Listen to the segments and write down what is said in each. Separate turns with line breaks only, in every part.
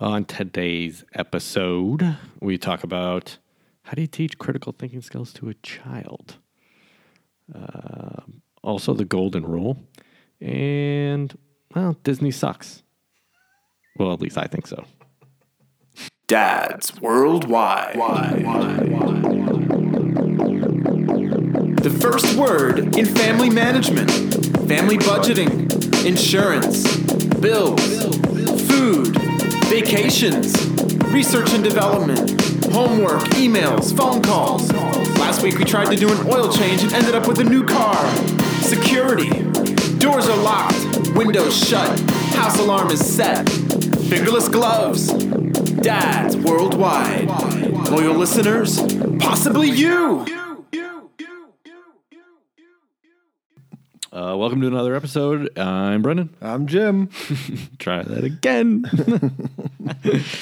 On today's episode, we talk about how do you teach critical thinking skills to a child? Um also, the golden rule. And, well, Disney sucks. Well, at least I think so.
Dads Worldwide. The first word in family management, family budgeting, insurance, bills, food, vacations, research and development, homework, emails, phone calls. Last week we tried to do an oil change and ended up with a new car. Security. Doors are locked, windows shut, house alarm is set. Fingerless gloves. Dads worldwide. Loyal listeners, possibly you.
Uh, welcome to another episode. I'm Brendan.
I'm Jim.
Try that again.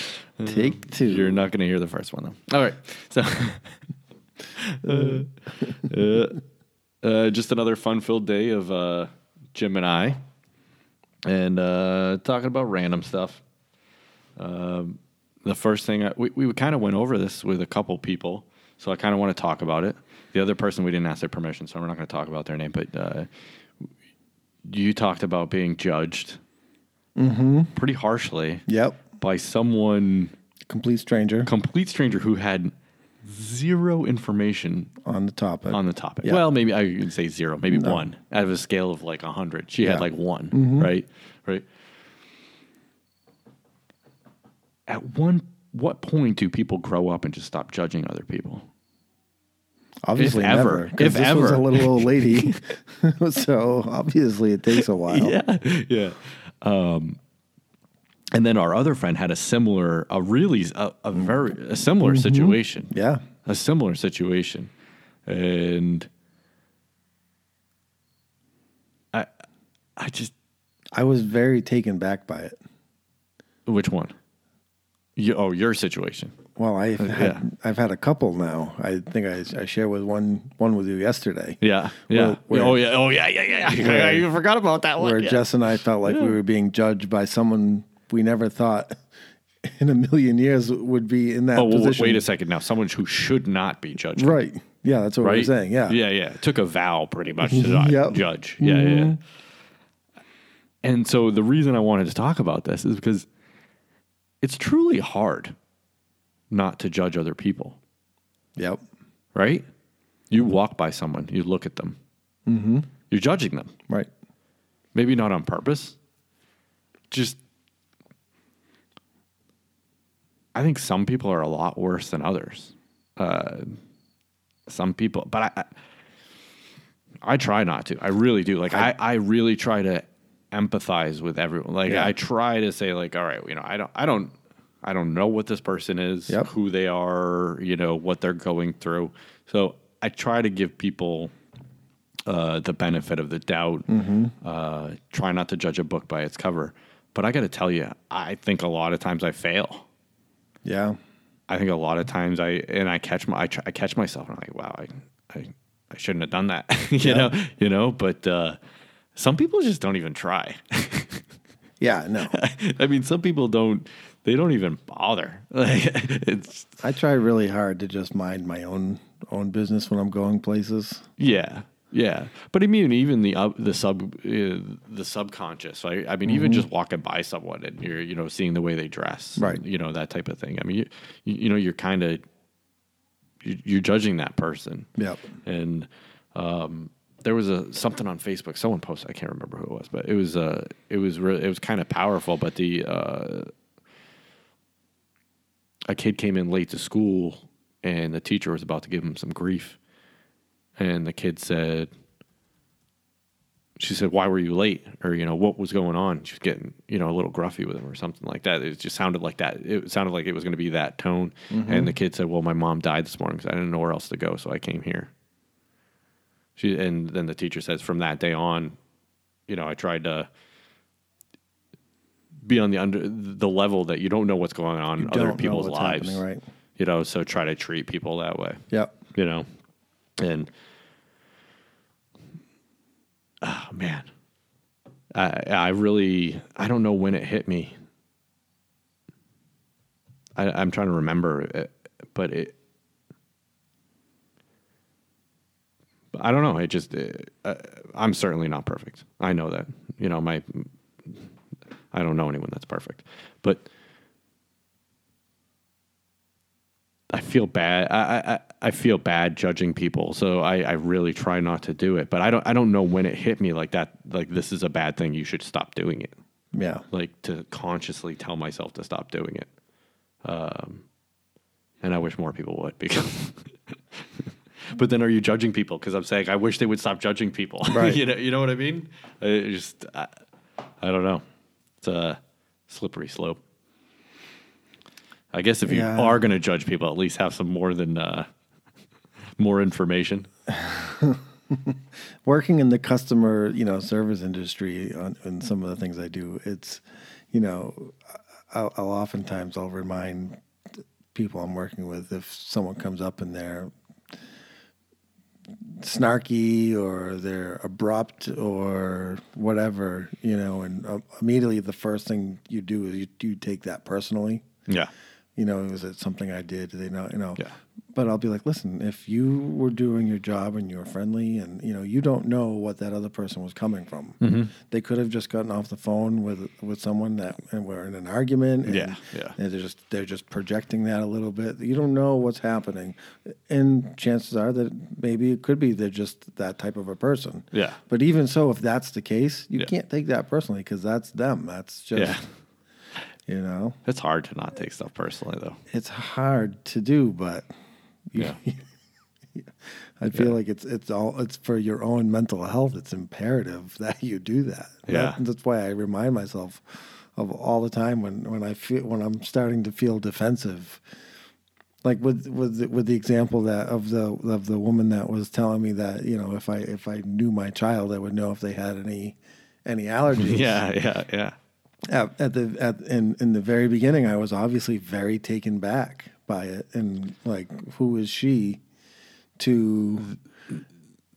Uh,
Take two.
You're not going to hear the first one, though. All right. So, uh, uh, uh, just another fun filled day of uh, Jim and I and uh, talking about random stuff. Um, the first thing I, we, we kind of went over this with a couple people, so I kind of want to talk about it. The other person, we didn't ask their permission, so we're not going to talk about their name, but uh, you talked about being judged pretty harshly
Mm-hmm. Yep.
by someone
Complete stranger
complete stranger who had zero information
on the topic.
on the topic.
Yeah.
Well, maybe I could say zero, maybe one out of a scale of like 100. She had
Yeah. Mm-hmm.
like one, right? Right. At one, what point do people grow up and just stop judging other people?
obviously
if
never,
ever.
'cause
If
this was
ever.
a little old lady, so obviously it takes a while.
yeah, yeah. Um, and then our other friend had a similar, a really, a, a very a similar situation.
Mm-hmm. Yeah.
a similar situation, and I, I just
I was very taken back by it.
which one? You, oh, your situation.
Well, I've had
Uh, yeah.
I've had a couple now. I think I, I shared with one one with you yesterday.
Yeah, yeah.
Well,
oh yeah, oh yeah, yeah, yeah. yeah.
Where-
you forgot about that one.
where
yeah.
Jess and I felt like we were being judged by someone we never thought in a million years would be in that
oh, well,
position.
wait a second. Now, someone who should not be judged.
Right. Yeah, that's what
right?
we're saying. Yeah.
yeah, yeah. Took a vow pretty much to not
Yep. Mm-hmm.
judge. Yeah, yeah. And so the reason I wanted to talk about this is because it's truly hard not to judge other people,
Yep.
right? You walk by someone, you look at them,
Mm-hmm.
you're judging them.
Right.
Maybe not on purpose. Just, I think some people are a lot worse than others. Uh, some people, but I, I, I try not to. I really do. Like I, I really try to empathize with everyone. Like
Yeah.
I try to say, like, all right, you know, I don't, I don't, I don't know what this person is,
Yep.
who they are, you know, what they're going through. So I try to give people uh, the benefit of the doubt. Uh, try not to judge a book by its cover. But I got to tell you, I think a lot of times I fail.
Yeah.
I think a lot of times I and I catch my I, try, I catch myself and I'm like, wow, I I, I shouldn't have done that, you know, you know. But uh, some people just don't even try.
Yeah, no.
I mean, some people don't. They don't even bother. Like, it's
I try really hard to just mind my own own business when I'm going places.
Yeah, yeah. But I mean, even the up the sub uh, the subconscious. Right? I mean, even
Mm-hmm.
just walking by someone and you're you know seeing the way they dress,
Right.
You know that type of thing. I mean, you you, you know you're kind of you're judging that person.
Yep.
And um, there was a something on Facebook. Someone posted. I can't remember who it was, but it was uh, it was re- it was kind of powerful. But the uh, a kid came in late to school, and the teacher was about to give him some grief, and the kid said. She said, "Why were you late?" Or you know, what was going on? She was getting you know a little gruffy with him or something like that. It just sounded like that. It sounded like it was going to be that tone.
Mm-hmm.
And the kid said, "Well, my mom died this morning, because I didn't know where else to go, so I came here." She and then the teacher says from that day on, you know, I tried to be on the under the level that you don't know what's going on in
don't
other
know
people's
what's
lives,
happening, right.
You know, so try to treat people that way.
Yep.
You know, and oh man, I I really I don't know when it hit me I, I'm trying to remember, it, but it. but I don't know. It just, it, uh, I'm certainly not perfect. I know that. You know, my, I don't know anyone that's perfect, but I feel bad. I, I- I, I feel bad judging people, so I, I really try not to do it. But I don't, I don't know when it hit me like that. Like this is a bad thing. You should stop doing it
Yeah.
like to consciously tell myself to stop doing it. Um, and I wish more people would because. but then, are you judging people? Because I'm saying I wish they would stop judging people.
Right.
you know, you know what I mean. I it just, I, I don't know. It's a slippery slope. I guess if you
Yeah.
are going to judge people, at least have some more than uh, more information.
working in the customer you know service industry on, on some of the things I do, it's you know I'll, I'll oftentimes I'll remind people I'm working with if someone comes up and they're snarky or they're abrupt or whatever you know and uh, immediately the first thing you do is you, you take that personally
Yeah,
you know, was it something I did? Did they not, you know?
Yeah.
But I'll be like, listen, if you were doing your job and you were friendly and, you know, you don't know what that other person was coming from.
Mm-hmm.
They could have just gotten off the phone with, with someone that and were in an argument. And,
Yeah, yeah.
and they're just, they're just projecting that a little bit. You don't know what's happening. And chances are that maybe it could be they're just that type of a person.
Yeah.
But even so, if that's the case, you
Yeah.
can't take that personally because that's them. That's just,
yeah.
you know?
It's hard to not take stuff personally, though.
it's hard to do, but
Yeah,
I feel like it's it's all it's for your own mental health. It's imperative that you do that.
Yeah.
That- that's why I remind myself of all the time when when I feel when I'm starting to feel defensive. Like with with the, with the example that of the of the woman that was telling me that you know if I if I knew my child I would know if they had any any allergies.
yeah, yeah, yeah.
at, at the at in in the very beginning, I was obviously very taken back by it, and like, who is she to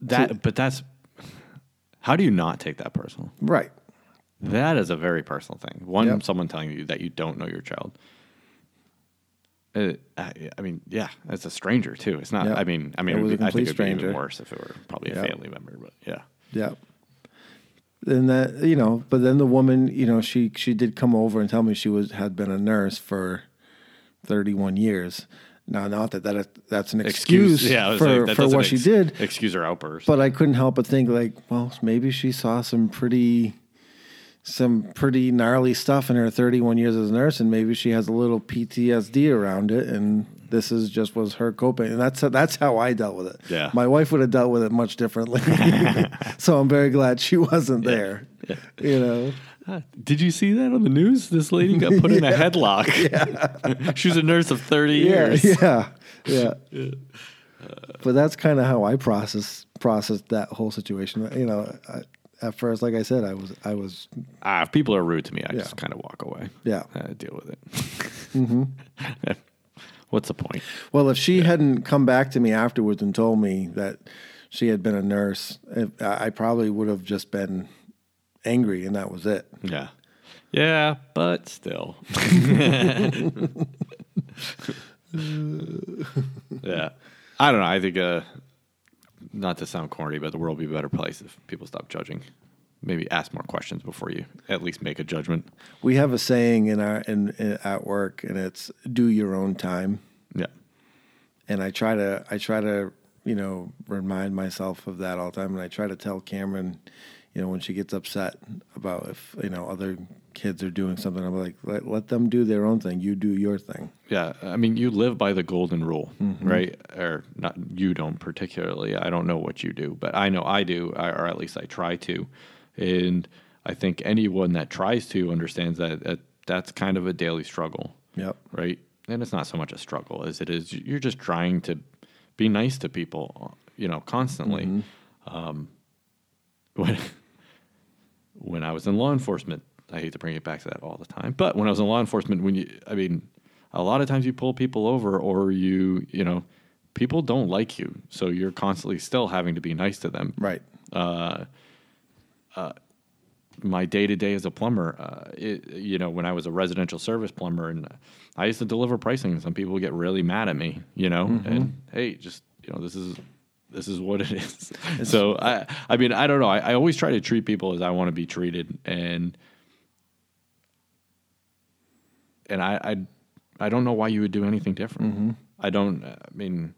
That, but that's how do you not take that personal?
right?
That is a very personal thing. One,
Yep.
someone telling you that you don't know your child. Uh, I, I mean, yeah, it's a stranger too. It's not.
Yep.
I mean, I mean,
It
it
was
would be,
a
I think it'd be
complete
even
stranger.
worse if it were probably a
Yep.
family member. But yeah,
Yeah. And that you know, but then the woman, you know, she she did come over and tell me she was had been a nurse for thirty one years. Now, not that that that's an excuse,
I was like,
for
that
for
doesn't
what she
ex-
did,
Excuse her outburst.
but I couldn't help but think like, well, maybe she saw some pretty some pretty gnarly stuff in her 31 years as a nurse and maybe she has a little PTSD around it and this is just was her coping and that's that's how I dealt with it.
Yeah.
My wife would have dealt with it much differently. so I'm very glad she wasn't there. You know.
Uh, did you see that on the news? This lady got put in a headlock. she was a nurse of thirty years.
Yeah, yeah, yeah. but that's kind of how I process processed that whole situation. You know, I, at first, like I said, I was I was
Ah, if people are rude to me, I
Yeah.
just kind of walk away.
Yeah. Mm-hmm.
I deal with it. What's the point?
Well, if she hadn't come back to me afterwards and told me that she had been a nurse, if- I I probably would have just been angry and that was it.
Yeah. Yeah, but still. yeah. I don't know. I think, uh, not to sound corny, but the world would be a better place if people stop judging. Maybe ask more questions before you at least make a judgment.
We have a saying in our in, in at work, and it's "do your own time."
Yeah.
And I try to I try to you know remind myself of that all the time, and I try to tell Cameron, you know, when she gets upset about if you know other kids are doing something, I'm like, let, let them do their own thing. You do your thing.
Yeah. I mean, you live by the golden rule, right? Or not, you don't particularly. I don't know what you do, but I know I do, or at least I try to. And I think anyone that tries to understands that, that that's kind of a daily struggle.
Yep.
right? And it's not so much a struggle as it is you're just trying to be nice to people, you know, constantly. Um, when when I was in law enforcement, I hate to bring it back to that all the time, but when I was in law enforcement, when you, I mean, a lot of times you pull people over or you, you know, people don't like you, so you're constantly still having to be nice to them,
Right.
my day to day as a plumber, uh, it, you know, when I was a residential service plumber and I used to deliver pricing, some people would get really mad at me, you know, and hey, just, you know, this is, this is what it is. so I, I mean, I don't know. I, I always try to treat people as I want to be treated and, and I, I, I don't know why you would do anything different. I don't, I mean,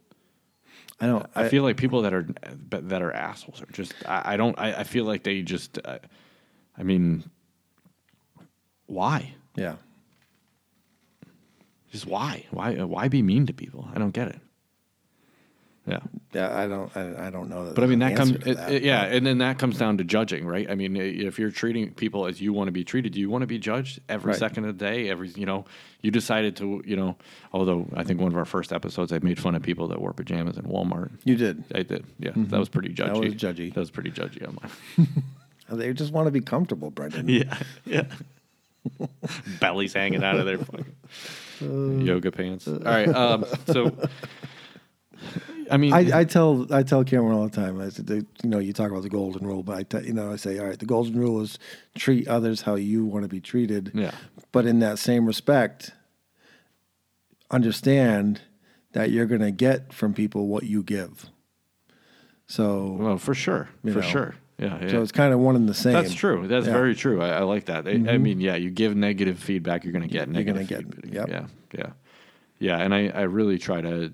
I don't.
I, feel like people that are that are assholes are just. I, I don't. I, I feel like they just. I, I mean, why?
yeah.
Just why? Why? Why be mean to people? I don't get it. Yeah,
Yeah, I don't. I, I don't know that.
but I mean
there's
that comes.
an answer to
it-
that.
it- yeah, and then that comes down to judging, right? I mean, i- if you're treating people as you want to be treated, do you want to be judged every
Right.
second of the day? Every you know, you decided to you know. Although I think one of our first episodes, I made fun of people that wore pajamas in Walmart.
you did.
I did. Yeah, that was pretty judgy.
That was judgy.
That was pretty judgy on mine.
They just want to be comfortable, Brendan.
Yeah, yeah. Bellies hanging out of their fucking
Uh,
yoga pants. All right. Um, so, I mean,
I, I tell I tell Cameron all the time. I said, that, you know, you talk about the golden rule, but I tell you know, I say, all right, the golden rule is treat others how you want to be treated.
Yeah.
But in that same respect, understand that you're going to get from people what you give. So,
well, for sure, for
You know.
sure. Yeah, yeah.
so it's kind of one and the same.
that's true. That's
Yeah. Mm-hmm.
very true. I, I like that. I, I mean, yeah, you give negative feedback, you're going to get
gonna
negative.
get-
feedback.
yep.
Yeah, yeah, yeah. And I, I really try to,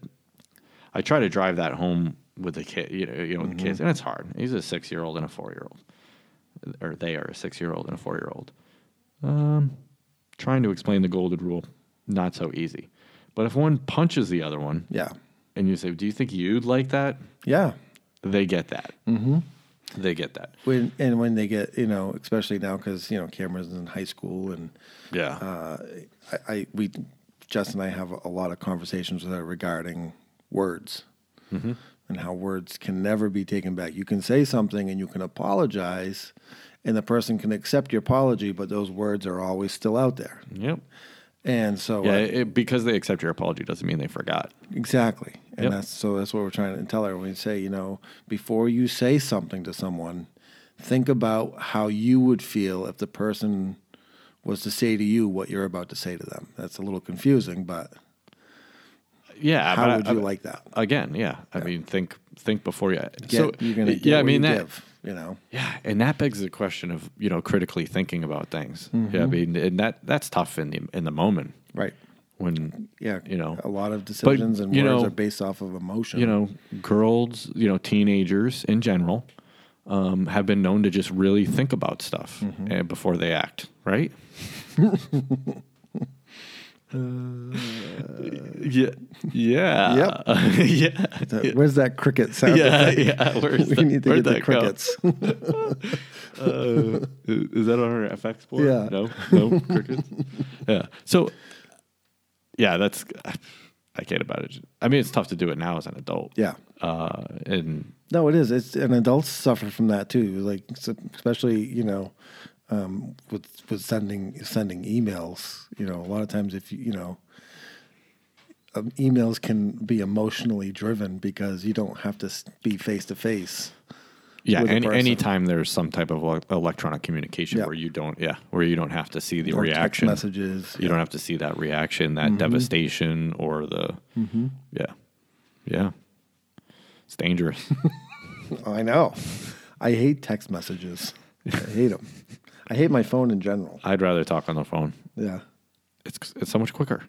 I try to drive that home with the kid. You know, you know, with the kids,
Mm-hmm.
and it's hard. He's a six year old and a four year old, or they are a six year old and a four year old. Um, trying to explain the golden rule, not so easy. But if one punches the other one,
Yeah.
and you say, "Do you think you'd like that?"
Yeah.
They get that. Mm-hmm. They get that.
When and when they get, you know, especially now because you know Cameron's in high school and
Yeah.
Uh, I, I we Justin and I have a lot of conversations with her regarding words and how words can never be taken back. You can say something and you can apologize, and the person can accept your apology, but those words are always still out there.
yep.
And so,
Yeah,
I-
it, because they accept your apology doesn't mean they forgot.
exactly, and
Yep.
that's so that's what we're trying to tell her when we say, you know, before you say something to someone, think about how you would feel if the person was to say to you what you're about to say to them. That's a little confusing, but.
Yeah,
How
but I-
would
I-
you like that?
Again, yeah. I mean, think think before you.
Get,
so
you're gonna get
yeah, I
what
mean
you
that.
give, you know.
Yeah, and that begs the question of you know critically thinking about things. Yeah, I
Mm-hmm.
mean, and that that's tough in the in the moment
Right.
when
Yeah.
you know
a lot of decisions and
you
words
know-
are based off of emotion.
you know, girls, you know, teenagers in general um, have been known to just really think about stuff
Mm-hmm.
eh, before they act, right? yeah, Uh, yeah, yeah,
That- where's that cricket sound?
yeah, yeah. Where's
We
the-
need to
where'd that
get the
go?
crickets.
Uh, is that on our FX board?
Yeah.
No, no crickets. yeah. So, yeah, that's. I can't about it. I mean, it's tough to do it now as an adult.
yeah.
Uh, and
No, it is. It's and adults suffer from that too. Like s- especially you know, um, with with sending sending emails. You know, a lot of times if you you know. Um, emails can be emotionally driven because you don't have to s- be face to face.
yeah,
with a
any,
person.
anytime there's some type of ele- electronic communication
Yeah.
where you don't, yeah, where you don't have to see the
or text
reaction,
messages. Mm-hmm.
you don't have to see that reaction, that devastation, or the, yeah, yeah, it's dangerous.
I know. I hate text messages. I hate them. I hate my phone in general.
I'd rather talk on the phone.
Yeah.
It's it's so much quicker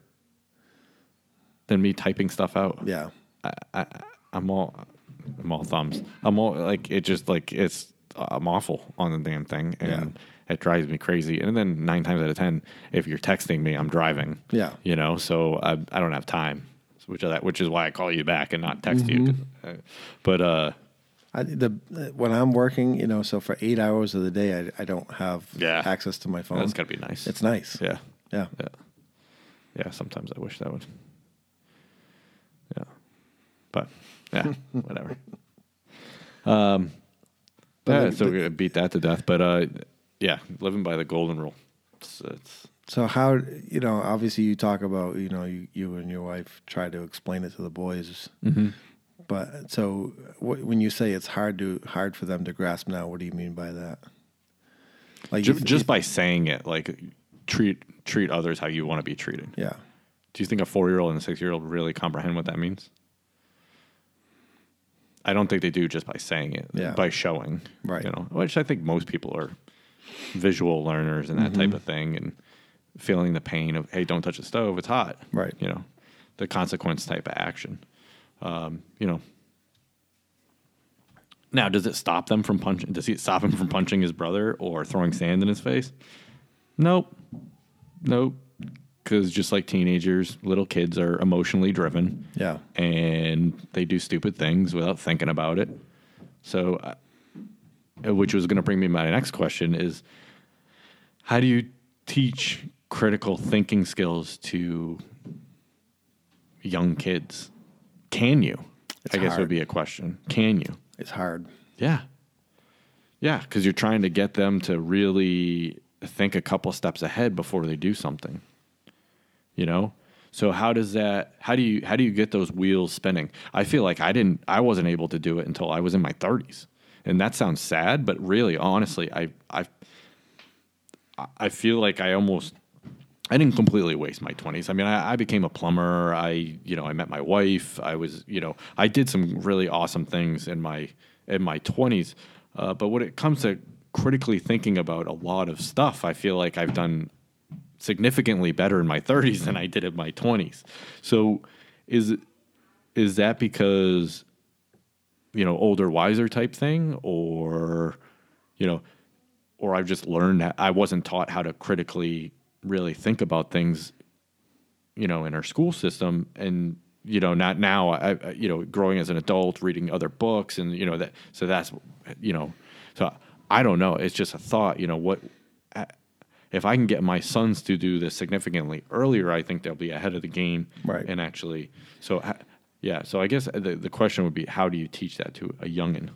than me typing stuff out.
Yeah.
I'm all I'm all thumbs. I'm all like it just like it's I'm awful on the damn thing and it drives me crazy. And then 9 times out of 10 if you're texting me I'm driving.
Yeah.
You know, so I I don't have time. Which is that which is why I call you back and not text you.
Mm-hmm.
'cause, uh, But uh
I, the when I'm working, you know, so for eight hours of the day, I, I don't have
Yeah.
access to my phone.
that's got to be nice.
It's nice.
yeah.
Yeah.
Yeah. Yeah, sometimes I wish that would. Yeah. But yeah, whatever.
But
Um, yeah,
like-
so we're gonna beat that to death. But uh, yeah, living by the golden rule. It's, it's
So how you know? Obviously, you talk about you know you, you and your wife try to explain it to the boys.
Mm-hmm.
But so wh- when you say it's hard to hard for them to grasp now, what do you mean by that? Like
Ju-
if-
just
if-
by saying it, like treat treat others how you want to be treated.
yeah.
Do you think a four year old and a six year old really comprehend what that means? I don't think they do just by saying it,
Yeah.
by showing,
Right.
You know, which I think most people are visual learners and
Mm-hmm.
that type of thing, and feeling the pain of hey, don't touch the stove, it's hot,
Right.
You know, the consequence type of action. Um, you know. Now, does it stop them from punching? Does it stop him from punching his brother or throwing sand in his face? Nope. Nope. Because just like teenagers, little kids are emotionally driven
Yeah.
and they do stupid things without thinking about it. So, uh, which was going to bring me to my next question is how do you teach critical thinking skills to young kids? Can you?
It's
I guess
hard.
would be a question. Can you?
It's hard.
Yeah. Yeah, because you're trying to get them to really think a couple steps ahead before they do something. You know? So how does that how do you how do you get those wheels spinning? I feel like I didn't I wasn't able to do it until I was in my 30s. And that sounds sad, but really honestly, I I I feel like I almost I didn't completely waste my 20s. I mean, I, I became a plumber. I, you know, I met my wife. I was, you know, I did some really awesome things in my in my 20s. Uh, but when it comes to critically thinking about a lot of stuff, I feel like I've done significantly better in my 30s than I did in my 20s. So, is is that because you know older, wiser type thing, or you know, or I've just learned that I wasn't taught how to critically really think about things, you know, in our school system. And, you know, not now, I, I- you know, growing as an adult, reading other books and, you know, that, so that's, you know, so I don't know. It's just a thought, you know, what, if I can get my sons to do this significantly earlier, I think they'll be ahead of the game.
Right.
And actually, so, ha- yeah. So I guess the, the question would be, how do you teach that to a youngin?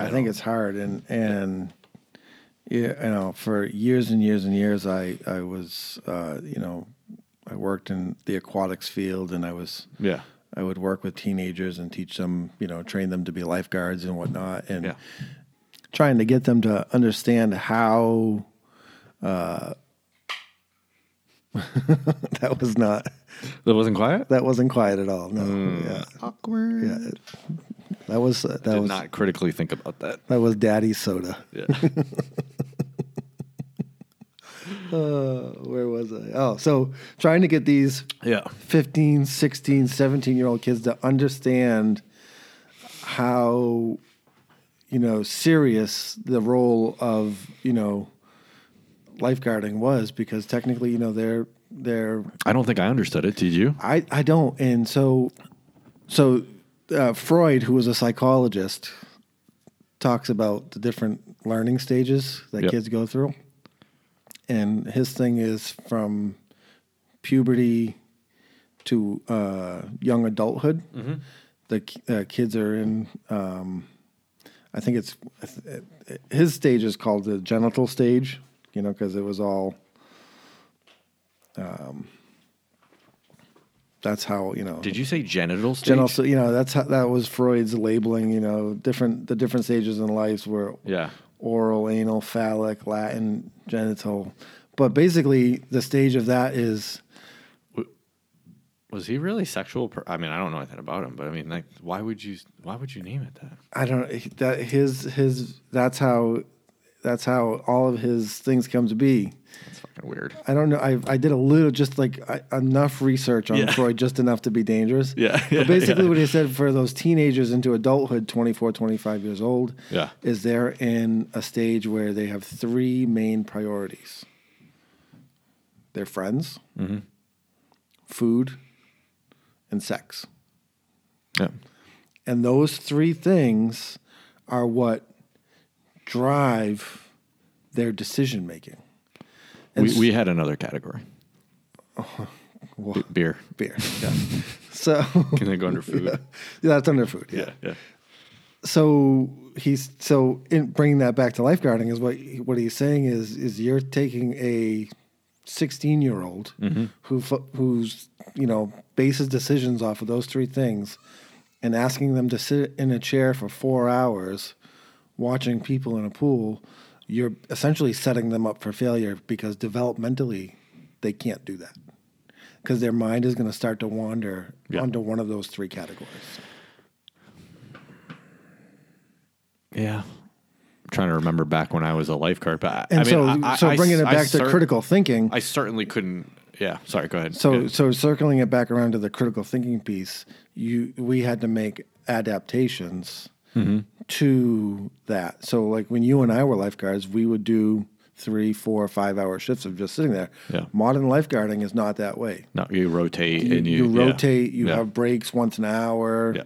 I, think it's hard, and and yeah, you know, for years and years and years, I I was uh, you know, I worked in the aquatics field, and I was
Yeah.
I would work with teenagers and teach them, you know, train them to be lifeguards and whatnot, and
Yeah.
trying to get them to understand how. Uh, that was not.
That wasn't quiet.
That wasn't quiet at all. No, yeah, awkward. Yeah, it- that was uh, that
Mm. Did
was
not critically think about that.
that was Daddy's soda.
Yeah.
Uh, where was I? Oh, so trying to get these
Yeah.
15, 16, 17 year old kids to understand how, you know, serious the role of, you know, lifeguarding was because technically, you know, they're, they're,
I don't think I understood it. Did you?
I, I don't. And so, so uh, Freud, who was a psychologist, talks about the different learning stages that
Yep.
kids go through. And his thing is from puberty to uh, young adulthood.
Mm-hmm.
The ki- uh, kids are in, um, I think it's, his stage is called the genital stage, you know, because it was all. um, That's how you know.
Did you say genital stage?
General, so you know that's how, that was Freud's labeling. You know, different the different stages in life were
Yeah.
oral, anal, phallic, Latin, genital, but basically the stage of that is
Was he really sexual? Per- I mean, I don't know anything about him, but I mean, like, why would you? Why would you name it that?
I don't that his his that's how that's how all of his things come to be.
That's fucking weird.
I don't know. I I did a little just like I, enough research on
Yeah.
Freud, just enough to be dangerous.
Yeah, yeah,
but basically,
yeah.
what he said for those teenagers into adulthood, 24, 25 years old,
Yeah.
is they're in a stage where they have three main priorities: their friends,
Mm-hmm.
food, and sex.
Yeah.
And those three things are what drive their decision making.
We, we had another category. B- beer.
beer. Yeah. So
Can they go under food?
yeah, that's under food. Yeah.
Yeah. Yeah.
So he's so in bringing that back to lifeguarding is what what he's saying is is you're taking a 16 year old who fo- who's you know bases decisions off of those three things and asking them to sit in a chair for four hours watching people in a pool you're essentially setting them up for failure because developmentally they can't do that because their mind is going to start to wander
Yeah.
onto one of those three categories.
Yeah. I'm trying to remember back when I was a lifeguard, but I,
And
I
so,
mean, I,
so
I-
bringing it
I
back to
cer-
critical thinking.
I certainly couldn't. Yeah. Sorry. Go ahead.
So
Yeah.
so circling it back around to the critical thinking piece, you we had to make adaptations
Mm-hmm.
to that. So like when you and I were lifeguards, we would do three, four, five hour shifts of just sitting there.
Yeah.
Modern lifeguarding is not that way.
no, you rotate and you
You,
yeah.
rotate, you
Yeah.
have breaks once an hour.
Yeah.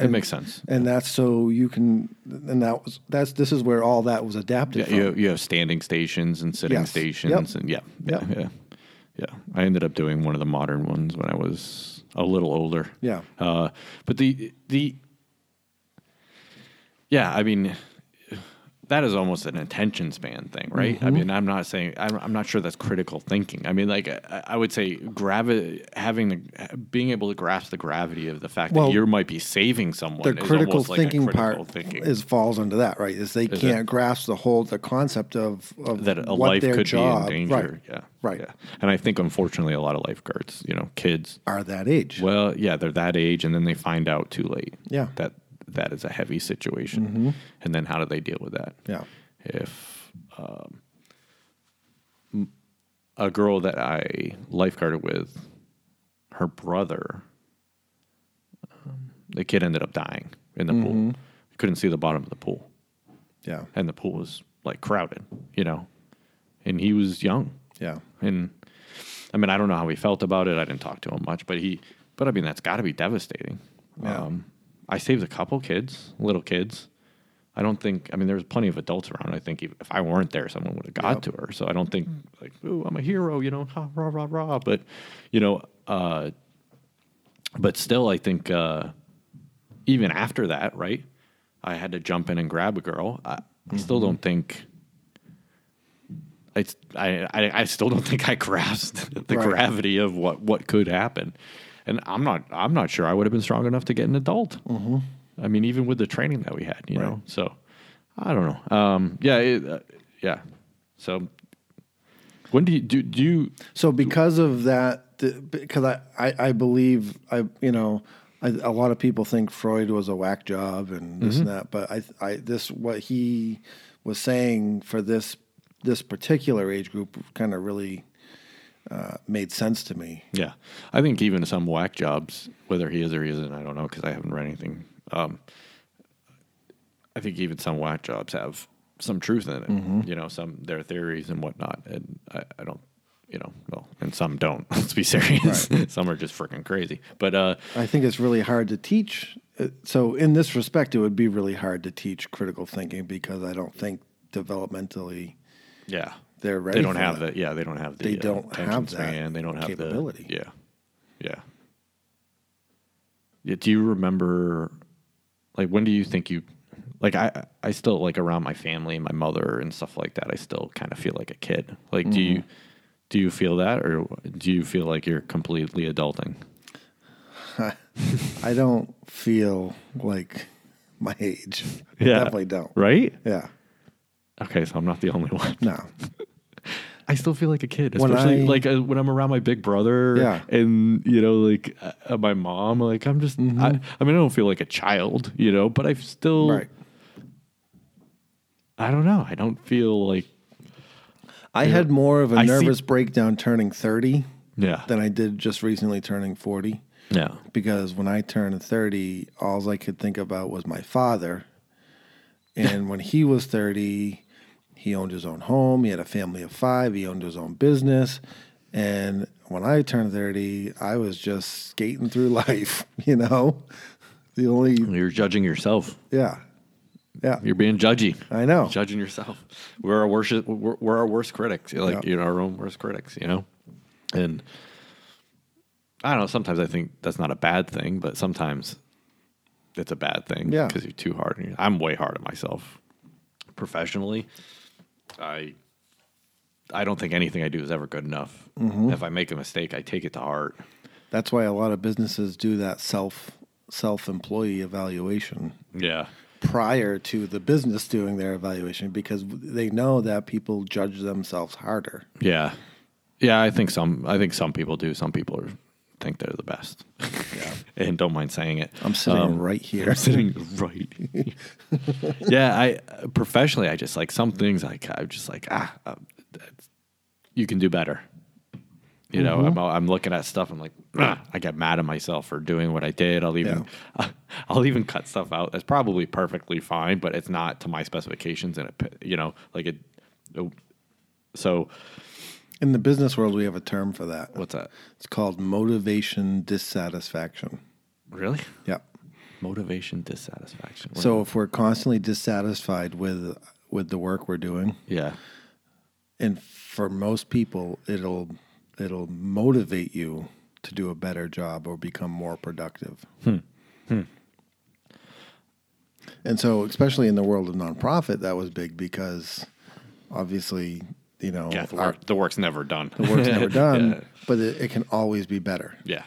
It makes sense.
And that's so you can and that was that's this is where all that was adapted
Yeah,
from.
you, you have standing stations and sitting
Yes. Yep.
stations, and yeah, yeah,
Yep.
yeah, yeah. I ended up doing one of the modern ones when I was a little older.
Yeah.
uh, but the the yeah, I mean, that is almost an attention span thing, right?
Mm-hmm.
I mean, I'm not saying I'm, I'm not sure that's critical thinking. I mean, like I, I would say, gravi- having the being able to grasp the gravity of the fact
Well,
that you might be saving someone.
the
is
critical
almost like a
thinking
critical
part
thinking.
is falls under that, right? Is they can't grasp the whole the concept of, of
that a
what
life
their
could
job,
be in danger.
right?
Yeah.
Right.
Yeah. And I think unfortunately a lot of lifeguards, you know, kids.
Are that age?
Well, yeah, they're that age and then they find out too late.
Yeah. Mm-hmm.
That that is a heavy situation. And then how do they deal with that?
Yeah.
If um, m- a girl that I lifeguarded with, her brother, um, the kid ended up dying in the
Mm-hmm.
pool. Couldn't see the bottom of the pool
Yeah.
and the pool was like crowded, you know, and he was young.
Yeah.
And I mean, I don't know how he felt about it. I didn't talk to him much, but he, but I mean, that's got to be devastating.
Yeah.
Um, I saved a couple kids, little kids. I don't think, I mean, there was plenty of adults around. I think if if I weren't there, someone would have got to her. So I don't think, like, oh, I'm a hero, you know, ha, rah, rah, rah. But, you know, uh, but still, I think uh, even after that, right, I had to jump in and grab a girl. I, I still don't think. It's, I, I I still don't think I grasped the
Right.
gravity of what, what could happen, and I'm not I'm not sure I would have been strong enough to get an adult. Mm-hmm. I mean, even with the training that we had, you know. So I don't know. Um, yeah, it, uh, yeah. So when do you do, do you?
So because of that, the- because I, I, I believe I, you know, I, a lot of people think Freud was a whack job and this
Mm-hmm.
and that, but I, I, this what he was saying for this this particular age group kind of really uh, made sense to me.
Yeah, I think even some whack jobs, whether he is or he isn't, I don't know because I haven't read anything. Um, I think even some whack jobs have some truth in it. You know, some their theories and whatnot, and I, I don't, you know, well, and some don't. Let's be serious. some are just freaking crazy. But uh,
I think it's really hard to teach. Uh, So, in this respect, it would be really hard to teach critical thinking because I don't think developmentally
yeah,
they're ready.
they don't
for
have
that.
the yeah, they don't have the uh,
They don't
attention
have that
span, They don't have
capability.
the yeah, yeah. Yeah, do you remember like when do you think you like I I still like around my family and my mother and stuff like that I still kind of feel like a kid. Like do you
Mm-hmm.
do you feel that or do you feel like you're completely adulting?
I don't feel like my age. I
Yeah.
definitely don't.
Right?
Yeah,
Okay, so I'm not the only one.
no,
I still feel like a kid,
When
especially
I-
like uh, when I'm around my big brother
Yeah.
and you know like uh, uh, my mom. Like I'm just,
Mm-hmm.
I, I mean, I don't feel like a child, you know, but I've still,
right.
I don't know, I don't feel like
I had more of a
I see-
nervous breakdown turning thirty
yeah,
than I did just recently turning forty.
yeah,
because when I turned 30, all I could think about was my father. And when he was 30, he owned his own home, he had a family of five, he owned his own business. And when I turned 30, I was just skating through life, you know? The only,
you're judging yourself.
yeah, yeah,
You're being judgy.
I know.
Judging yourself. We're our worst. We're, we're our worst critics. Like
Yeah.
you know, our own worst critics. You know, and I don't know. Sometimes I think that's not a bad thing, but sometimes it's a bad thing.
Yeah.
because you're too hard. on your- I'm way hard on myself. Professionally, I I don't think anything I do is ever good enough.
Mm-hmm.
If I make a mistake, I take it to heart.
That's why a lot of businesses do that self self employee evaluation
Yeah.
prior to the business doing their evaluation because they know that people judge themselves harder.
Yeah. Yeah, I think some I think some people do. Some people are, think they're the best. and don't mind saying it.
I'm sitting
Um,
right here.
I'm sitting right. here. yeah, I professionally I just like some things like I'm just like ah uh, that's- you can do better. You know, I'm I'm looking at stuff I'm like ah, I get mad at myself for doing what I did. I'll even I'll even cut stuff out. That's probably perfectly fine, but it's not to my specifications and it pi- you know, like it so
In the business world, we have a term for that.
what's that?
It's called motivation dissatisfaction.
Really?
Yep.
Motivation dissatisfaction. What-
So if we're constantly dissatisfied with with the work we're doing,
yeah.
and for most people, it'll it'll motivate you to do a better job or become more productive.
Hmm.
And so, especially in the world of nonprofit, that was big because obviously, you know,
Yeah, the,
our-
work, the work's never done.
the work's never done, but it, it can always be better.
yeah.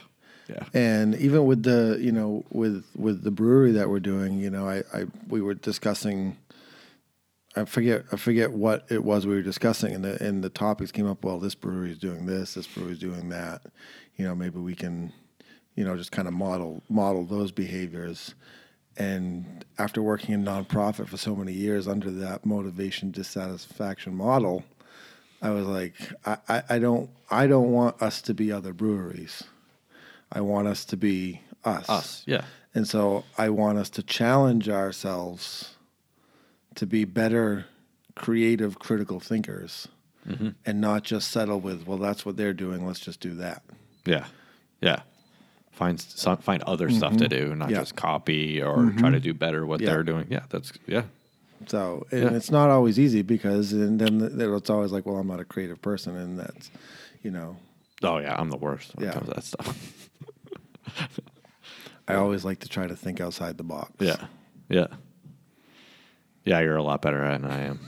Yeah.
and even with the you know with with the brewery that we're doing you know i, I we were discussing i forget i forget what it was we were discussing and the and the topics came up well this brewery is doing this this brewery is doing that you know maybe we can you know just kind of model model those behaviors and after working in nonprofit for so many years under that motivation dissatisfaction model i was like i i, I don't i don't want us to be other breweries I want us to be us.
Us. Yeah.
And so I want us to challenge ourselves to be better creative critical thinkers
Mm-hmm.
and not just settle with well that's what they're doing let's just do that.
Yeah, yeah. Find s- some, find other stuff to do, not
Mm-hmm. Yeah. Mm-hmm.
just copy or try to do better what
Yeah.
they're doing. Yeah, that's yeah,
So and it's not always easy because and then th- it's always like well I'm not a creative person and that's you know
Oh yeah, I'm the worst when it
Yeah.
comes to that stuff.
I always like to try to think outside the box.
yeah, yeah, yeah. You're a lot better at it than I am.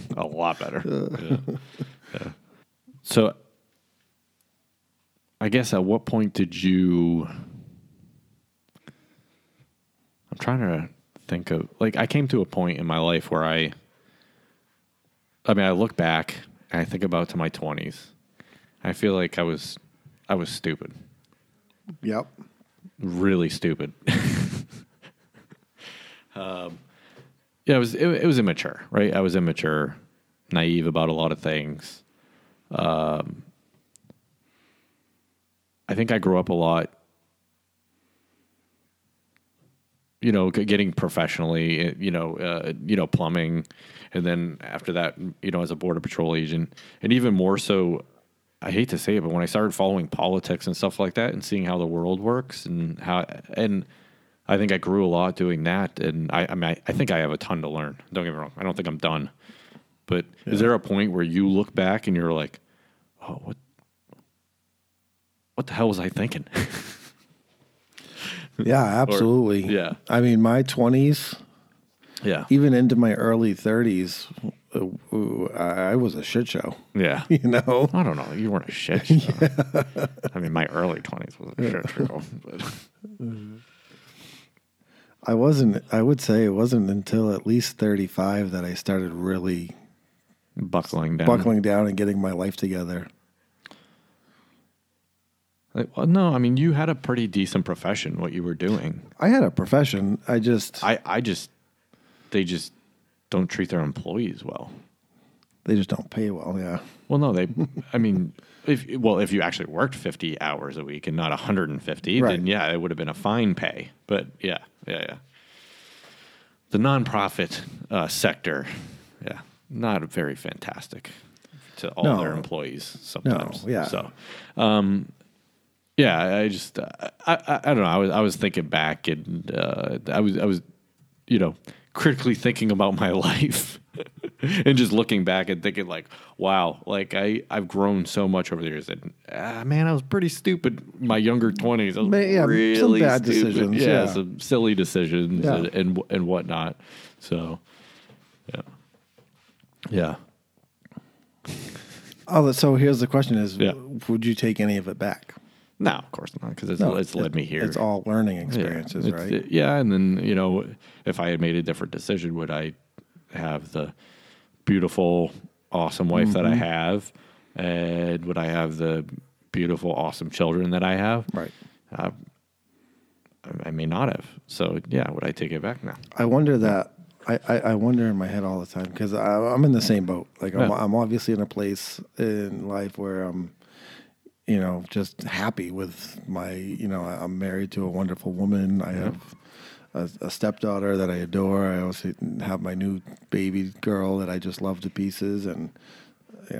a lot better. Yeah. Yeah. So, I guess at what point did you? I'm trying to think of like I came to a point in my life where I. I mean, I look back and I think about to my 20s. I feel like I was, I was stupid
Yep.
really stupid. um, yeah, it was it, it was immature, right? I was immature, naive about a lot of things. Um, I think I grew up a lot. You know, g- getting professionally, you know, uh, you know, plumbing, and then after that, you know, as a border patrol agent, and even more so, I hate to say it, but when I started following politics and stuff like that and seeing how the world works and how and I think I grew a lot doing that and I I mean I, I think I have a ton to learn. Don't get me wrong. I don't think I'm done. But is there a point where you look back and you're like, "Oh, what what the hell was I thinking?"
Yeah, absolutely.
yeah.
I mean my 20s
yeah.
even into my early 30s uh, uh, I I was a shit show.
Yeah.
you know
I don't know. You weren't a shit. show. I mean, my early 20s was a shit show. but-
i wasn't i would say it wasn't until at least 35 that i started really
buckling down.
buckling down and getting my life together
Like, well, no, I mean, you had a pretty decent profession what you were doing.
i had a profession i just
I, I just they just don't treat their employees well.
they just don't pay well yeah
Well, no, they. I mean, if well, if you actually worked fifty hours a week and not one hundred and fifty,
Right.
then yeah, it would have been a fine pay. But yeah, yeah, yeah. The nonprofit uh, sector, yeah, not very fantastic to all
No.
their employees sometimes.
yeah.
So, yeah, I- I just uh, I, I I don't know. I was I was thinking back and uh, I was I was you know critically thinking about my life and just looking back and thinking like wow like I I've grown so much over the years and ah, man I was pretty stupid in my younger twenties I was
Ma- yeah, some
really
bad
stupid.
decisions,
yeah,
yeah.
some silly decisions
Yeah.
and, and and whatnot so yeah yeah
oh so here's the question is
Yeah.
would you take any of it back
No, of course not, because it's,
No,
it's led me here.
It's all learning
Yeah.
experiences,
It's-
right?
it- yeah, and then you know, if I had made a different decision, would I have the beautiful, awesome wife that I
Mm-hmm.
have, and would I have the beautiful, awesome children that I have?
right.
Uh, I- I may not have. So yeah, would I take it back now?
I wonder that. I, I, I wonder in my head all the time because I'm in the same boat. Like I'm,
Yeah.
I'm obviously in a place in life where I'm, you know, just happy with my. You know, I'm married to a wonderful woman. I have a, a stepdaughter that I adore. I also have my new baby girl that I just love to pieces, and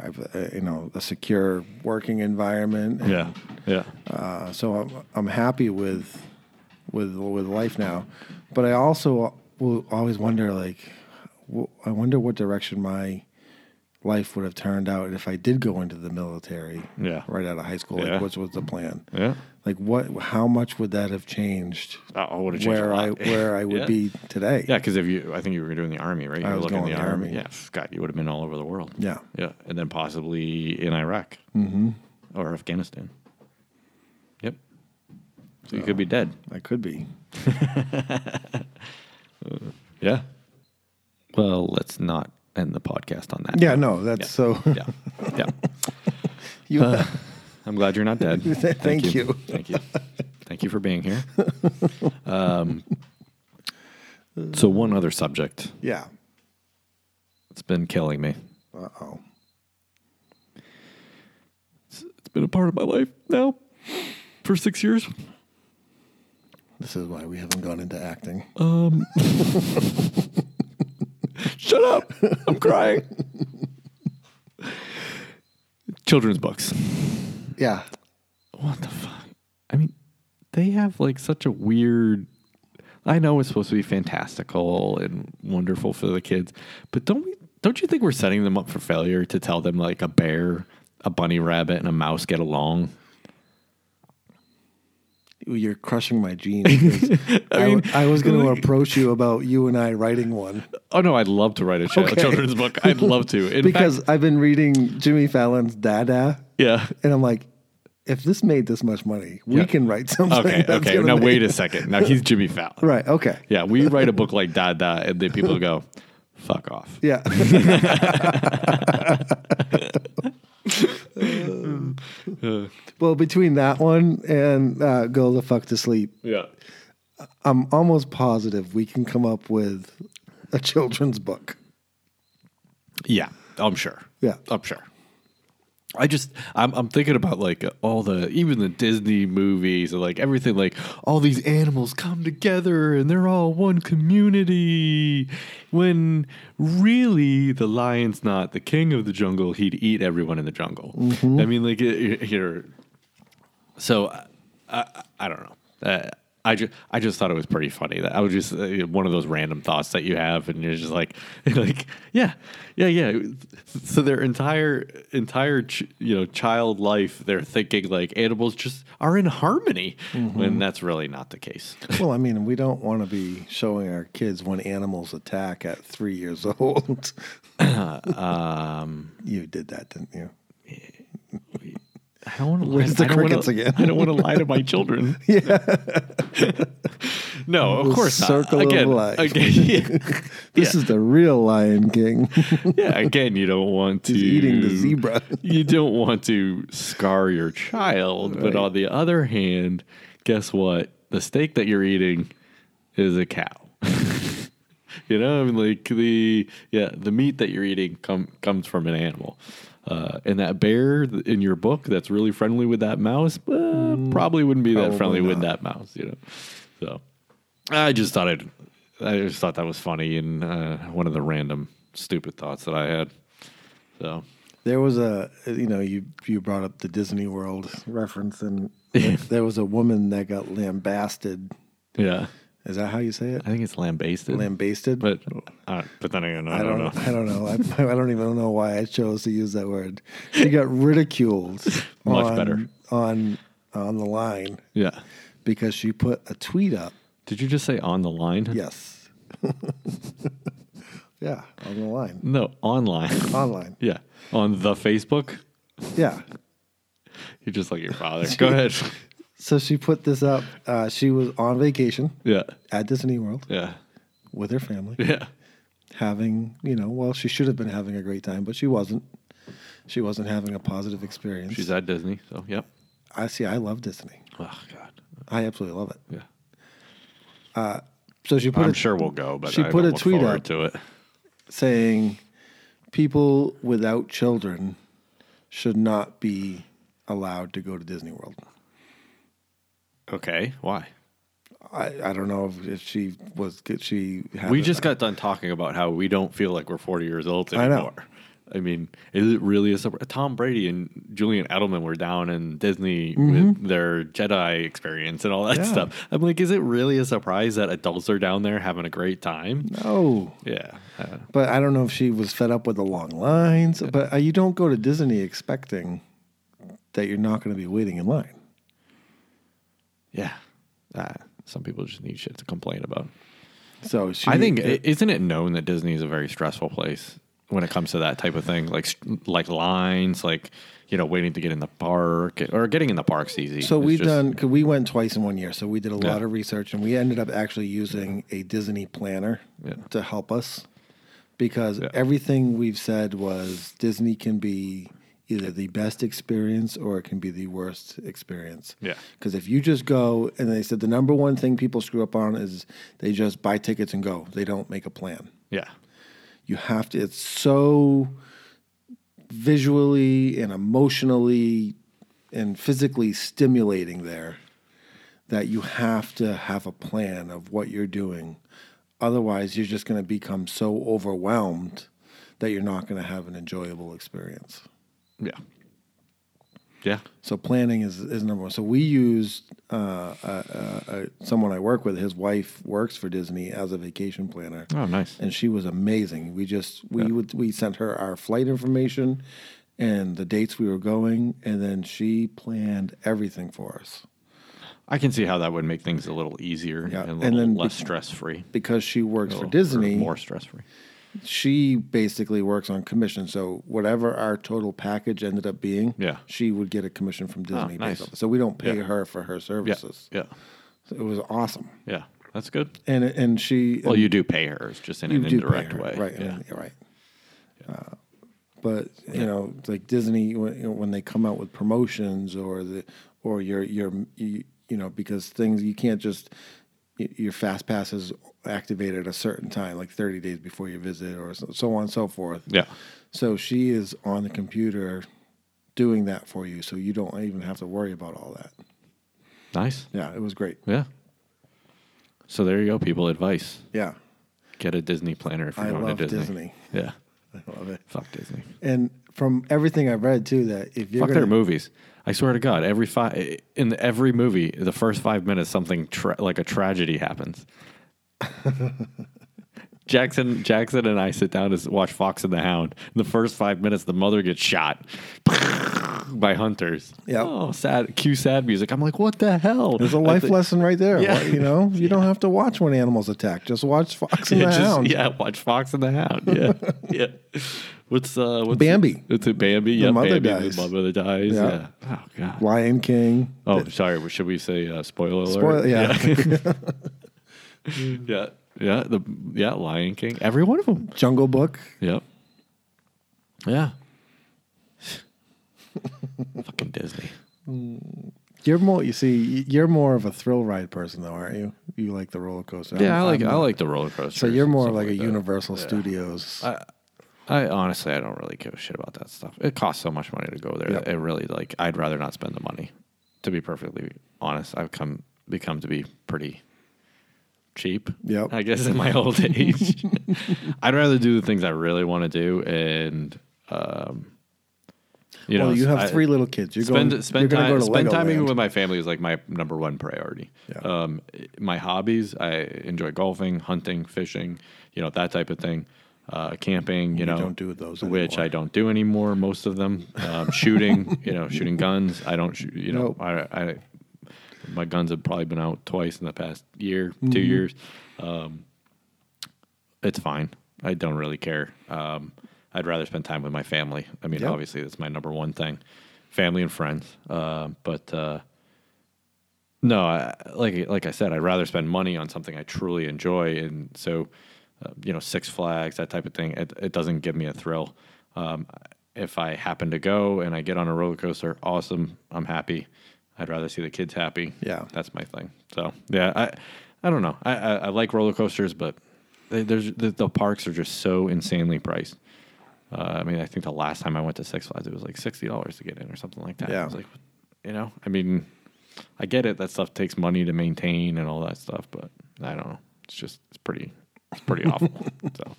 I've uh, you know a secure working environment. and
yeah,
uh, so I'm, I'm happy with with with life now, but I also will always wonder like w- I wonder what direction my life would have turned out if I did go into the military
Yeah.
right out of high school. Like,
Yeah.
what was the plan?
yeah.
Like what? How much would that have changed?
Oh, I would've changed a
where I
lot.
where I would
Yeah.
be today?
Yeah, because if you, I think you were doing the army, right? You
I
were
was
looking
going
at
the army.
Yeah, God, you would have been all over the world.
Yeah.
yeah, and then possibly in Iraq mm-hmm. or Afghanistan. Yep. So you could be dead.
I could be.
Yeah. Well, let's not end the podcast on that.
Yeah, no, that's so.
Yeah. Uh. Yeah.
You,
I'm glad you're not dead. Thank,
Thank you.
Thank you. Thank you for being here. Um, so one other subject.
yeah.
It's been killing me.
Uh oh.
It's been a part of my life now for six years.
This is why we haven't gone into acting.
Uh. Shut up. I'm crying. Children's books.
Yeah.
What the fuck? I mean, they have like such a weird. I know it's supposed to be fantastical and wonderful for the kids, but don't we? Don't you think we're setting them up for failure to tell them like a bear, a bunny rabbit, and a mouse get along?
You're crushing my genes. 'cause I, w- I was going to approach you about you and I writing one
Oh no, I'd love to write a, chi- a
Okay.
children's book. I'd love to. In
because
fact,
I've been reading Jimmy Fallon's Dada,
yeah.
and I'm like, if this made this much money, we
Yeah.
can write something.
Okay,
that's
okay.
gonna
Now
make-
wait a second. Now he's Jimmy Fallon.
Right. Okay.
Yeah, we write a book like Dada, and then people go, "Fuck off."
Yeah. well, between that one and uh, go the fuck to sleep,
Yeah.
I'm almost positive we can come up with a children's book.
Yeah, I'm sure.
Yeah.
I'm sure. I just I'm I'm thinking about like all the even the Disney movies and like everything like all these animals come together and they're all one community when really the lion's not the king of the jungle he'd eat everyone in the jungle I mean like it- it- you're so I, I, I don't know uh, I just I just thought it was pretty funny that I was just uh, one of those random thoughts that you have and you're just like like yeah yeah yeah so their entire entire ch- you know child life they're thinking like animals just are in harmony when that's really not the case
Well, I mean, we don't want to be showing our kids when animals attack at three years old. um, you did that, didn't you?
I don't want to
Where's the
I don't wanna-
crickets again?
I don't want to lie to my children yeah no of
The
course not.
circle of
again,
life.
again yeah.
This is the real Lion King.
yeah again you don't want to
He's eating the zebra.
you don't want to scar your child, but on the other hand, guess what? The steak that you're eating is a cow. you know, I mean, like the yeah, the meat that you're eating come, comes from an animal. Uh, and that bear th- in your book that's really friendly with that mouse uh,
Mm,
probably wouldn't be that friendly with that mouse, you know. So I just thought I'd, I just thought that was funny and uh, one of the random stupid thoughts that I had. So
There was a, you know, you you brought up the Disney World reference, and there was a woman that got lambasted.
yeah.
Is that how you say it?
I think it's lambasted.
Lambasted.
but uh, but then again, I,
I
don't,
don't.
know.
I don't know. I, I don't even know why I chose to use that word. She got ridiculed.
Much
on-
better.
on on the line.
Yeah.
because she put a tweet up.
Did you just say on the line?
Yes. yeah, on the line,
No, online.
online.
yeah, on the Facebook.
Yeah.
You're just like your father. Go ahead.
So she put this up. Uh, she was on vacation
Yeah.
at Disney World
Yeah.
with her family,
Yeah.
having, you know, well, she should have been having a great time, but she wasn't. She wasn't having a positive experience.
She's at Disney, so yep.
I see. I love Disney.
Oh God.
I absolutely love it.
Yeah.
So she put
I'm
a-
sure we'll go, but
she
I
put
don't
a
look
tweet
forward
out.
to it.
saying people without children should not be allowed to go to Disney World.
Okay. Why?
I, I don't know if, if she was could she had
We
a-
just got done talking about how we don't feel like we're 40 years old
I know.
anymore. I, mean, is it really a surprise? Tom Brady and Julian Edelman were down in Disney with their Jedi experience and all that
Mm-hmm. Yeah.
stuff. I'm like, is it really a surprise that adults are down there having a great time?
oh
Yeah. Uh,
but I don't know if she was fed up with the long lines but uh, you don't go to Disney expecting that you're not going to be waiting in line.
yeah. Uh, some people just need shit to complain about.
So she
I think is isn't it known that Disney is a very stressful place when it comes to that type of thing, like st- like lines, like you know, waiting to get in the park or getting in the park's easy.
So
It's
we've
just-
done. Cause we went twice in one year. So we did a lot
Yeah.
of research, and we ended up actually using a Disney planner
Yeah.
to help us because
Yeah.
everything we've said was Disney can be either the best experience or it can be the worst experience.
Yeah.
Because if you just go and they said the number one thing people screw up on is they just buy tickets and go. They don't make a plan.
yeah,
You have to. It's so visually and emotionally and physically stimulating there that you have to have a plan of what you're doing. Otherwise, you're just going to become so overwhelmed that you're not going to have an enjoyable experience.
yeah, yeah.
So planning is, is number one. So we used uh, uh, uh, uh, someone I work with. His wife works for Disney as a vacation planner
Oh, nice.
and she was amazing. We just we would we sent her our flight information and the dates we were going, and then she planned everything for us
I can see how that would make things a little easier
Yeah,
and a
and
little
then be-
less stress free.
because she works for Disney.
Oh, more stress free.
She basically works on commission, so whatever our total package ended up being,
Yeah. Ah,
she would get a commission from Disney. based
nice.
off- So we don't pay
Yeah.
her for her
Yeah,
services.
yeah,
So It was awesome,
yeah. That's good.
and and she
Well, you do pay her, it's just in an
do pay
indirect
her,
way.
right? in
Yeah.
an- right. Uh, but you know, like Disney, when, you know, when they come out with promotions or the or your your you, you know because things you can't just y- your fast pass is activated at a certain time, like thirty days before your visit, or so, so on and so forth.
yeah,
So she is on the computer doing that for you, so you don't even have to worry about all that.
nice.
Yeah, it was great.
Yeah. So there you go, people. Advice:
Yeah,
get a Disney planner if you're
I
going
love
to Disney.
Disney.
Yeah.
I love it.
Fuck Disney.
And from everything I've read too, that if you're
Fuck
gonna,
their movies. I swear to God, every five in every movie, the first five minutes, something tra- like a tragedy happens. Jackson, Jackson, and I sit down to watch Fox and the Hound. In the first five minutes, the mother gets shot by hunters.
Yep.
Oh, sad. Cue sad music. I'm like, what the hell?
There's a life lesson right there.
Yeah.
Why- You know, you don't have to watch when animals attack. Just watch Fox and
Yeah,
the
just-
Hound.
yeah, watch Fox and the Hound. Yeah, yeah. What's uh, what's
Bambi.
It's a Bambi. Yeah,
mother
Bambi.
dies.
The mother dies.
Yeah.
Yeah. Oh god.
Lion King.
Oh, sorry. Should we say uh, spoiler alert?
Spoil- yeah.
yeah. yeah. Yeah. The yeah Lion King. Every one of them.
Jungle Book.
Yep. Yeah. Fucking Disney.
You're more. You see, y- you're more of a thrill ride person, though, aren't you? You like the roller coaster.
Yeah, I
I'm-
like
I'm
i
more-
like the roller coaster.
So you're more of like, a Universal Studios.
I honestly I don't really give a shit about that stuff. It costs so much money to go there.
Yeah.
that It really like I'd rather not spend the money. To be perfectly honest, I've come become to be pretty cheap.
Yep.
I guess in my old age. I'd rather do the things I really want to do and um you
well,
know,
you
I-
have three little kids. You're
spend
going.
spend
you're
time
Going to go to
spend time
Legoland.
with my family is like my number one priority.
Yeah.
Um, my hobbies I enjoy golfing, hunting, fishing, you know that type of thing. Uh, camping, you, know,
don't do those
which
anymore.
I don't do anymore. Most of them, um, shooting, you know, shooting guns. I don't shoot. You know,
Nope.
I, I my guns have probably been out twice in the past year, 2
Mm-hmm.
years. Um, it's fine. I don't really care. Um, I'd rather spend time with my family. I mean,
Yeah.
obviously, that's my number one thing family and friends. Uh, but, uh, No, I, like like I said, I'd rather spend money on something I truly enjoy, and so uh, you know, Six Flags, that type of thing. It, it doesn't give me a thrill. Um, if I happen to go and I get on a roller coaster, awesome, I'm happy. I'd rather see the kids happy.
Yeah.
that's my thing. So yeah, I I don't know. I I, I like roller coasters, but they, there's the, the parks are just so insanely priced. Uh, I mean, I think the last time I went to Six Flags, it was like sixty dollars to get in or something like that.
Yeah.
I was like, you know, I mean, I get it. That stuff takes money to maintain and all that stuff, but I don't know. It's just it's pretty it's pretty awful. So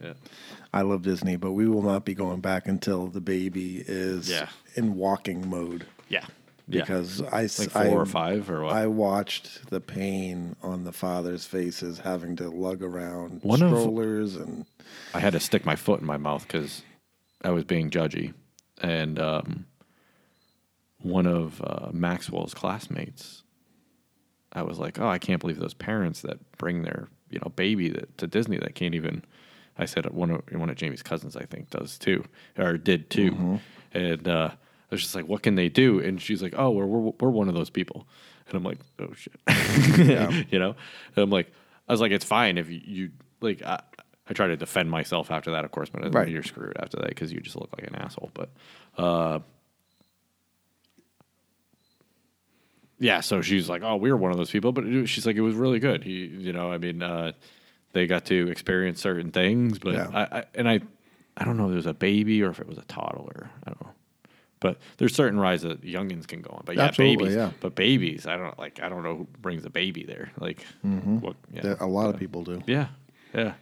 yeah,
I love Disney, but we will not be going back until the baby is
Yeah.
in walking mode
yeah,
because I s-
like four
I-
or five or what?
I watched the pain on the father's faces having to lug around
One of-
strollers and
I had to stick my foot in my mouth because I was being judgy, and um, one of uh, Maxwell's classmates, I was like, "Oh, I can't believe those parents that bring their you know baby that, to Disney that can't even." I said one of one of Jamie's cousins, I think, does too or did too, and uh, I was just like, "What can they do?" And she's like, "Oh, we're we're, we're one of those people," and I'm like, "Oh shit," you know, and I'm like, I was like, "It's fine if you, you like." I, I try to defend myself after that, of course, but
Right.
you're screwed after that because you just look like an asshole. But uh, yeah, so she's like, "Oh, we were one of those people," but it- she's like, "It was really good." He, you know, I mean, uh, they got to experience certain things, but
Yeah.
I, I and I, I don't know if it was a baby or if it was a toddler. I don't know, but there's certain rides that youngins can go on, but yeah,
Absolutely,
babies,
yeah.
but babies, I don't like, I don't know who brings a baby there, like what, yeah,
that Mm-hmm. a lot of people do.
yeah, yeah,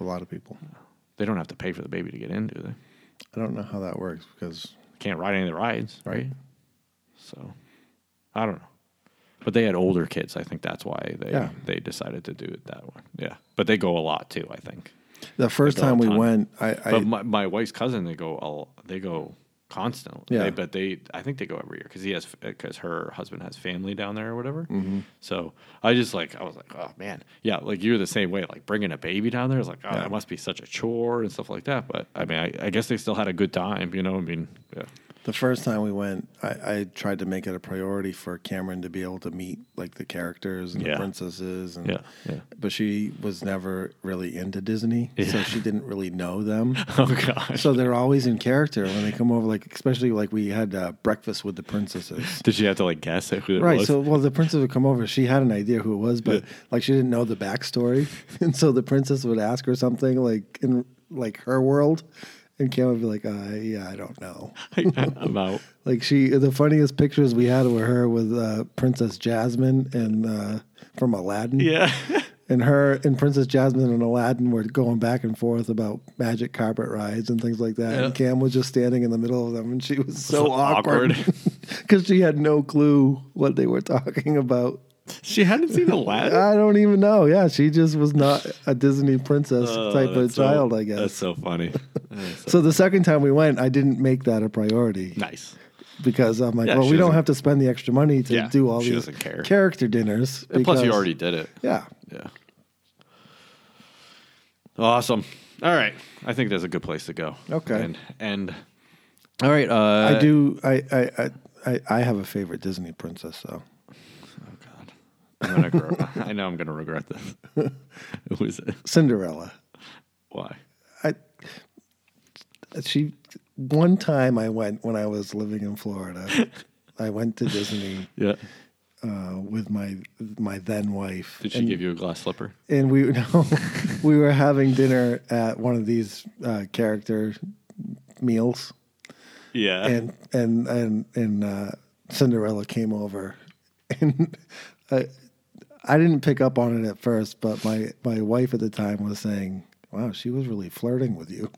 A lot of people.
they don't have to pay for the baby to get in, do they?
I don't know how that works because
Can't ride any of the rides, right? So, I don't know. But they had older kids. I think that's why they
Yeah.
they decided to do it that way. Yeah, but they go a lot too. I think.
the first
They go a
time we
ton.
went, I, I
But my, my wife's cousin, they go all they go constantly.
Yeah.
They- but they, I think they go every year because he has because her husband has family down there or whatever.
Mm-hmm.
So I just like I was like, oh man, yeah, like you're the same way. Like bringing a baby down there is like, oh, that must be such a chore and stuff like that. But I mean, I, I guess they still had a good time. You know, I mean, yeah,
the first time we went, I, I tried to make it a priority for Cameron to be able to meet like the characters and
Yeah.
the princesses and
yeah, yeah.
but she was never really into Disney, so
Yeah.
she didn't really know them.
Oh gosh,
so they're always in character when they come over, like especially like we had uh, breakfast with the princesses.
did you have to like guess at who it
Right,
was?
so well, the princess would come over. She had an idea who it was, but like she didn't know the backstory, and so the princess would ask her something like in like her world, and Cam would be like, uh, "Yeah, I don't know."
I'm out.
Like she, the funniest pictures we had were her with uh, Princess Jasmine and uh, from Aladdin.
Yeah,
And her and Princess Jasmine and Aladdin were going back and forth about magic carpet rides and things like that. And
Yeah.
Cam was just standing in the middle of them, and she was so,
So
awkward
awkward.
because she had no clue what they were talking about.
she hadn't
Ah,
seen Aladdin.
I don't even know. Yeah, she just was not a Disney princess
Oh,
type of
that's so-
child, I
That's
guess.
so funny.
So the second time we went, I didn't make that a priority
nice.
because I'm like,
Yeah,
well,
she
we don't
doesn't-
have to spend the extra money to
Yeah,
do all
she
these
doesn't care.
character dinners.
And plus, you
because-
already did it.
yeah.
Yeah. Awesome. All right. I think that's a good place to go.
Okay.
And and all right. Uh,
I do. I I, I I I have a favorite Disney princess though.
Oh God. I'm gonna grow, I know I'm gonna regret this. Who is it?
Cinderella.
Why?
I she one time I went when I was living in Florida. I went to Disney
Yeah.
uh, with my my then wife.
Did she
and,
give you a glass slipper?
And we no, we were having dinner at one of these uh, character meals.
Yeah.
and and and and uh, Cinderella came over, and I, I didn't pick up on it at first, but my my wife at the time was saying, "Wow, she was really flirting with you,"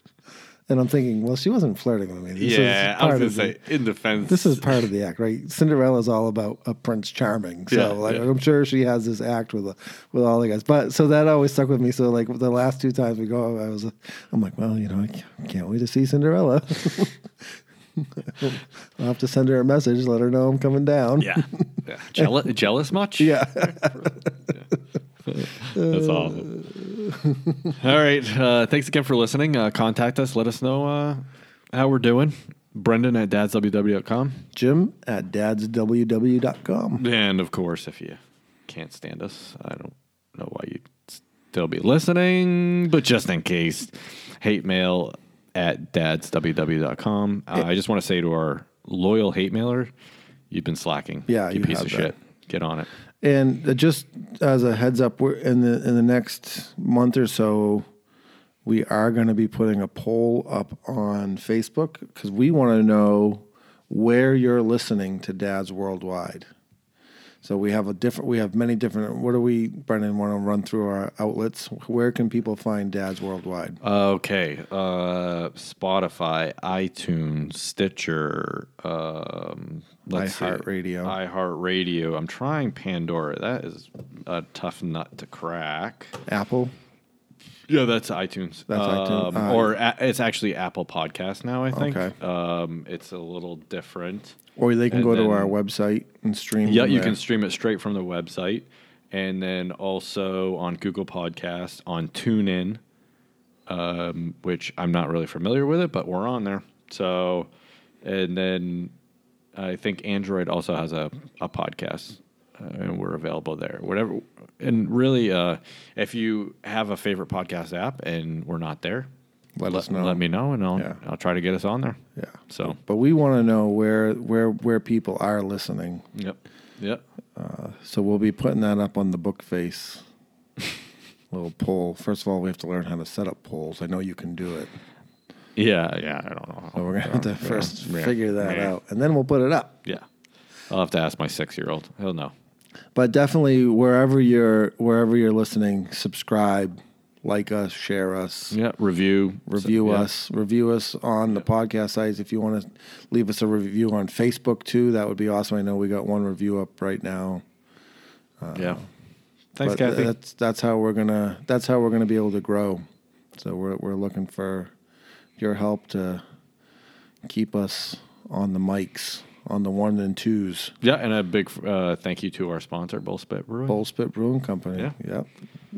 and I'm thinking, "Well, she wasn't flirting with me. This
yeah. I was
part
gonna
of the-
say in defense.
this is part of the act, right? Cinderella's all about a Prince Charming, so
Yeah,
like
yeah.
I'm sure she has this act with uh, with all the guys. But so that always stuck with me. So like the last two times we go, I was I'm like, well, you know, I can't- can't wait to see Cinderella. I'll have to send her a message, let her know I'm coming down.
Yeah. yeah. Jealous, jealous much?
Yeah.
That's awesome. All right. Uh, thanks again for listening. Uh, contact us. Let us know uh, how we're doing. Brendan at dadsww.com.
Jim at dadsww.com.
And of course, if you can't stand us, I don't know why you'd still be listening, but just in case, hate mail at dadsww.com. Uh, I just want to say to our loyal hate mailer, you've been slacking.
Yeah,
you,
you
piece
have
of
been.
shit. Get on it.
And uh, just as a heads up, we're in the in the next month or so, we are going to be putting a poll up on Facebook because we want to know where you're listening to Dads Worldwide. So we have a different. We have many different. What do we, Brendan? Want to run through our outlets? Where can people find Dads Worldwide?
Okay. Uh, Spotify, iTunes, Stitcher, um, let's see,
iHeartRadio.
iHeartRadio. I'm trying Pandora. That is a tough nut to crack.
Apple.
Yeah, that's iTunes.
That's iTunes.
Um,
Uh,
or a- it's actually Apple Podcast now. I think.
Okay.
Um, it's a little different.
Or they can
And
go to
then-
our website and stream.
Yeah,
from
you
there.
can stream it straight from the website, and then also on Google Podcast, on TuneIn, um, which I'm not really familiar with it, but we're on there. So, and then I think Android also has a a podcast, uh, and we're available there. Whatever, and really, uh, if you have a favorite podcast app and we're not there,
Let us know.
Let me know, and I'll
Yeah.
I'll try to get us on there.
Yeah.
So,
But we want to know where where where people are listening.
yep, yep.
So we'll be putting that up on the book face. Little poll. First of all, we have to learn how to set up polls. I know you can do it.
Yeah, yeah. I don't know.
But we're gonna have to first
Oh, yeah,
figure that
yeah.
out, and then we'll put it up.
Yeah. I'll have to ask my six year old. He'll know.
But definitely, wherever you're wherever you're listening, subscribe, like us, share us.
Yeah. Review.
review
Yeah.
us review us on the podcast sites if you want to leave us a review on facebook too that would be awesome i know we got one review up right now
yeah. Thanks,
but uh,
Kathy.
that's that's how we're gonna that's how we're gonna be able to grow so we're, we're looking for your help to keep us on the mics on the one and twos
yeah. And a big uh, thank you to our sponsor, Bullspit Brewing.
Bowl Spit brewing company
Yeah.
yep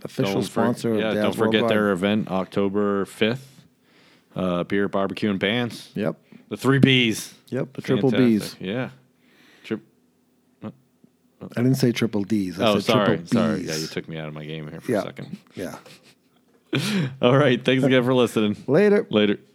official
Don't for-
sponsor
yeah.
of Dad's
don't forget
Worldwide.
their event October 5th. Uh, beer, barbecue, and bands.
yep
The three B's.
Yep, the triple Bs.
Yeah. Trip.
i didn't say triple d's I
Oh,
said
sorry.
triple
Sorry.
Bs.
Yeah, you took me out of my game here for
Yeah.
a second.
yeah
All right. Thanks again for listening.
later
Later.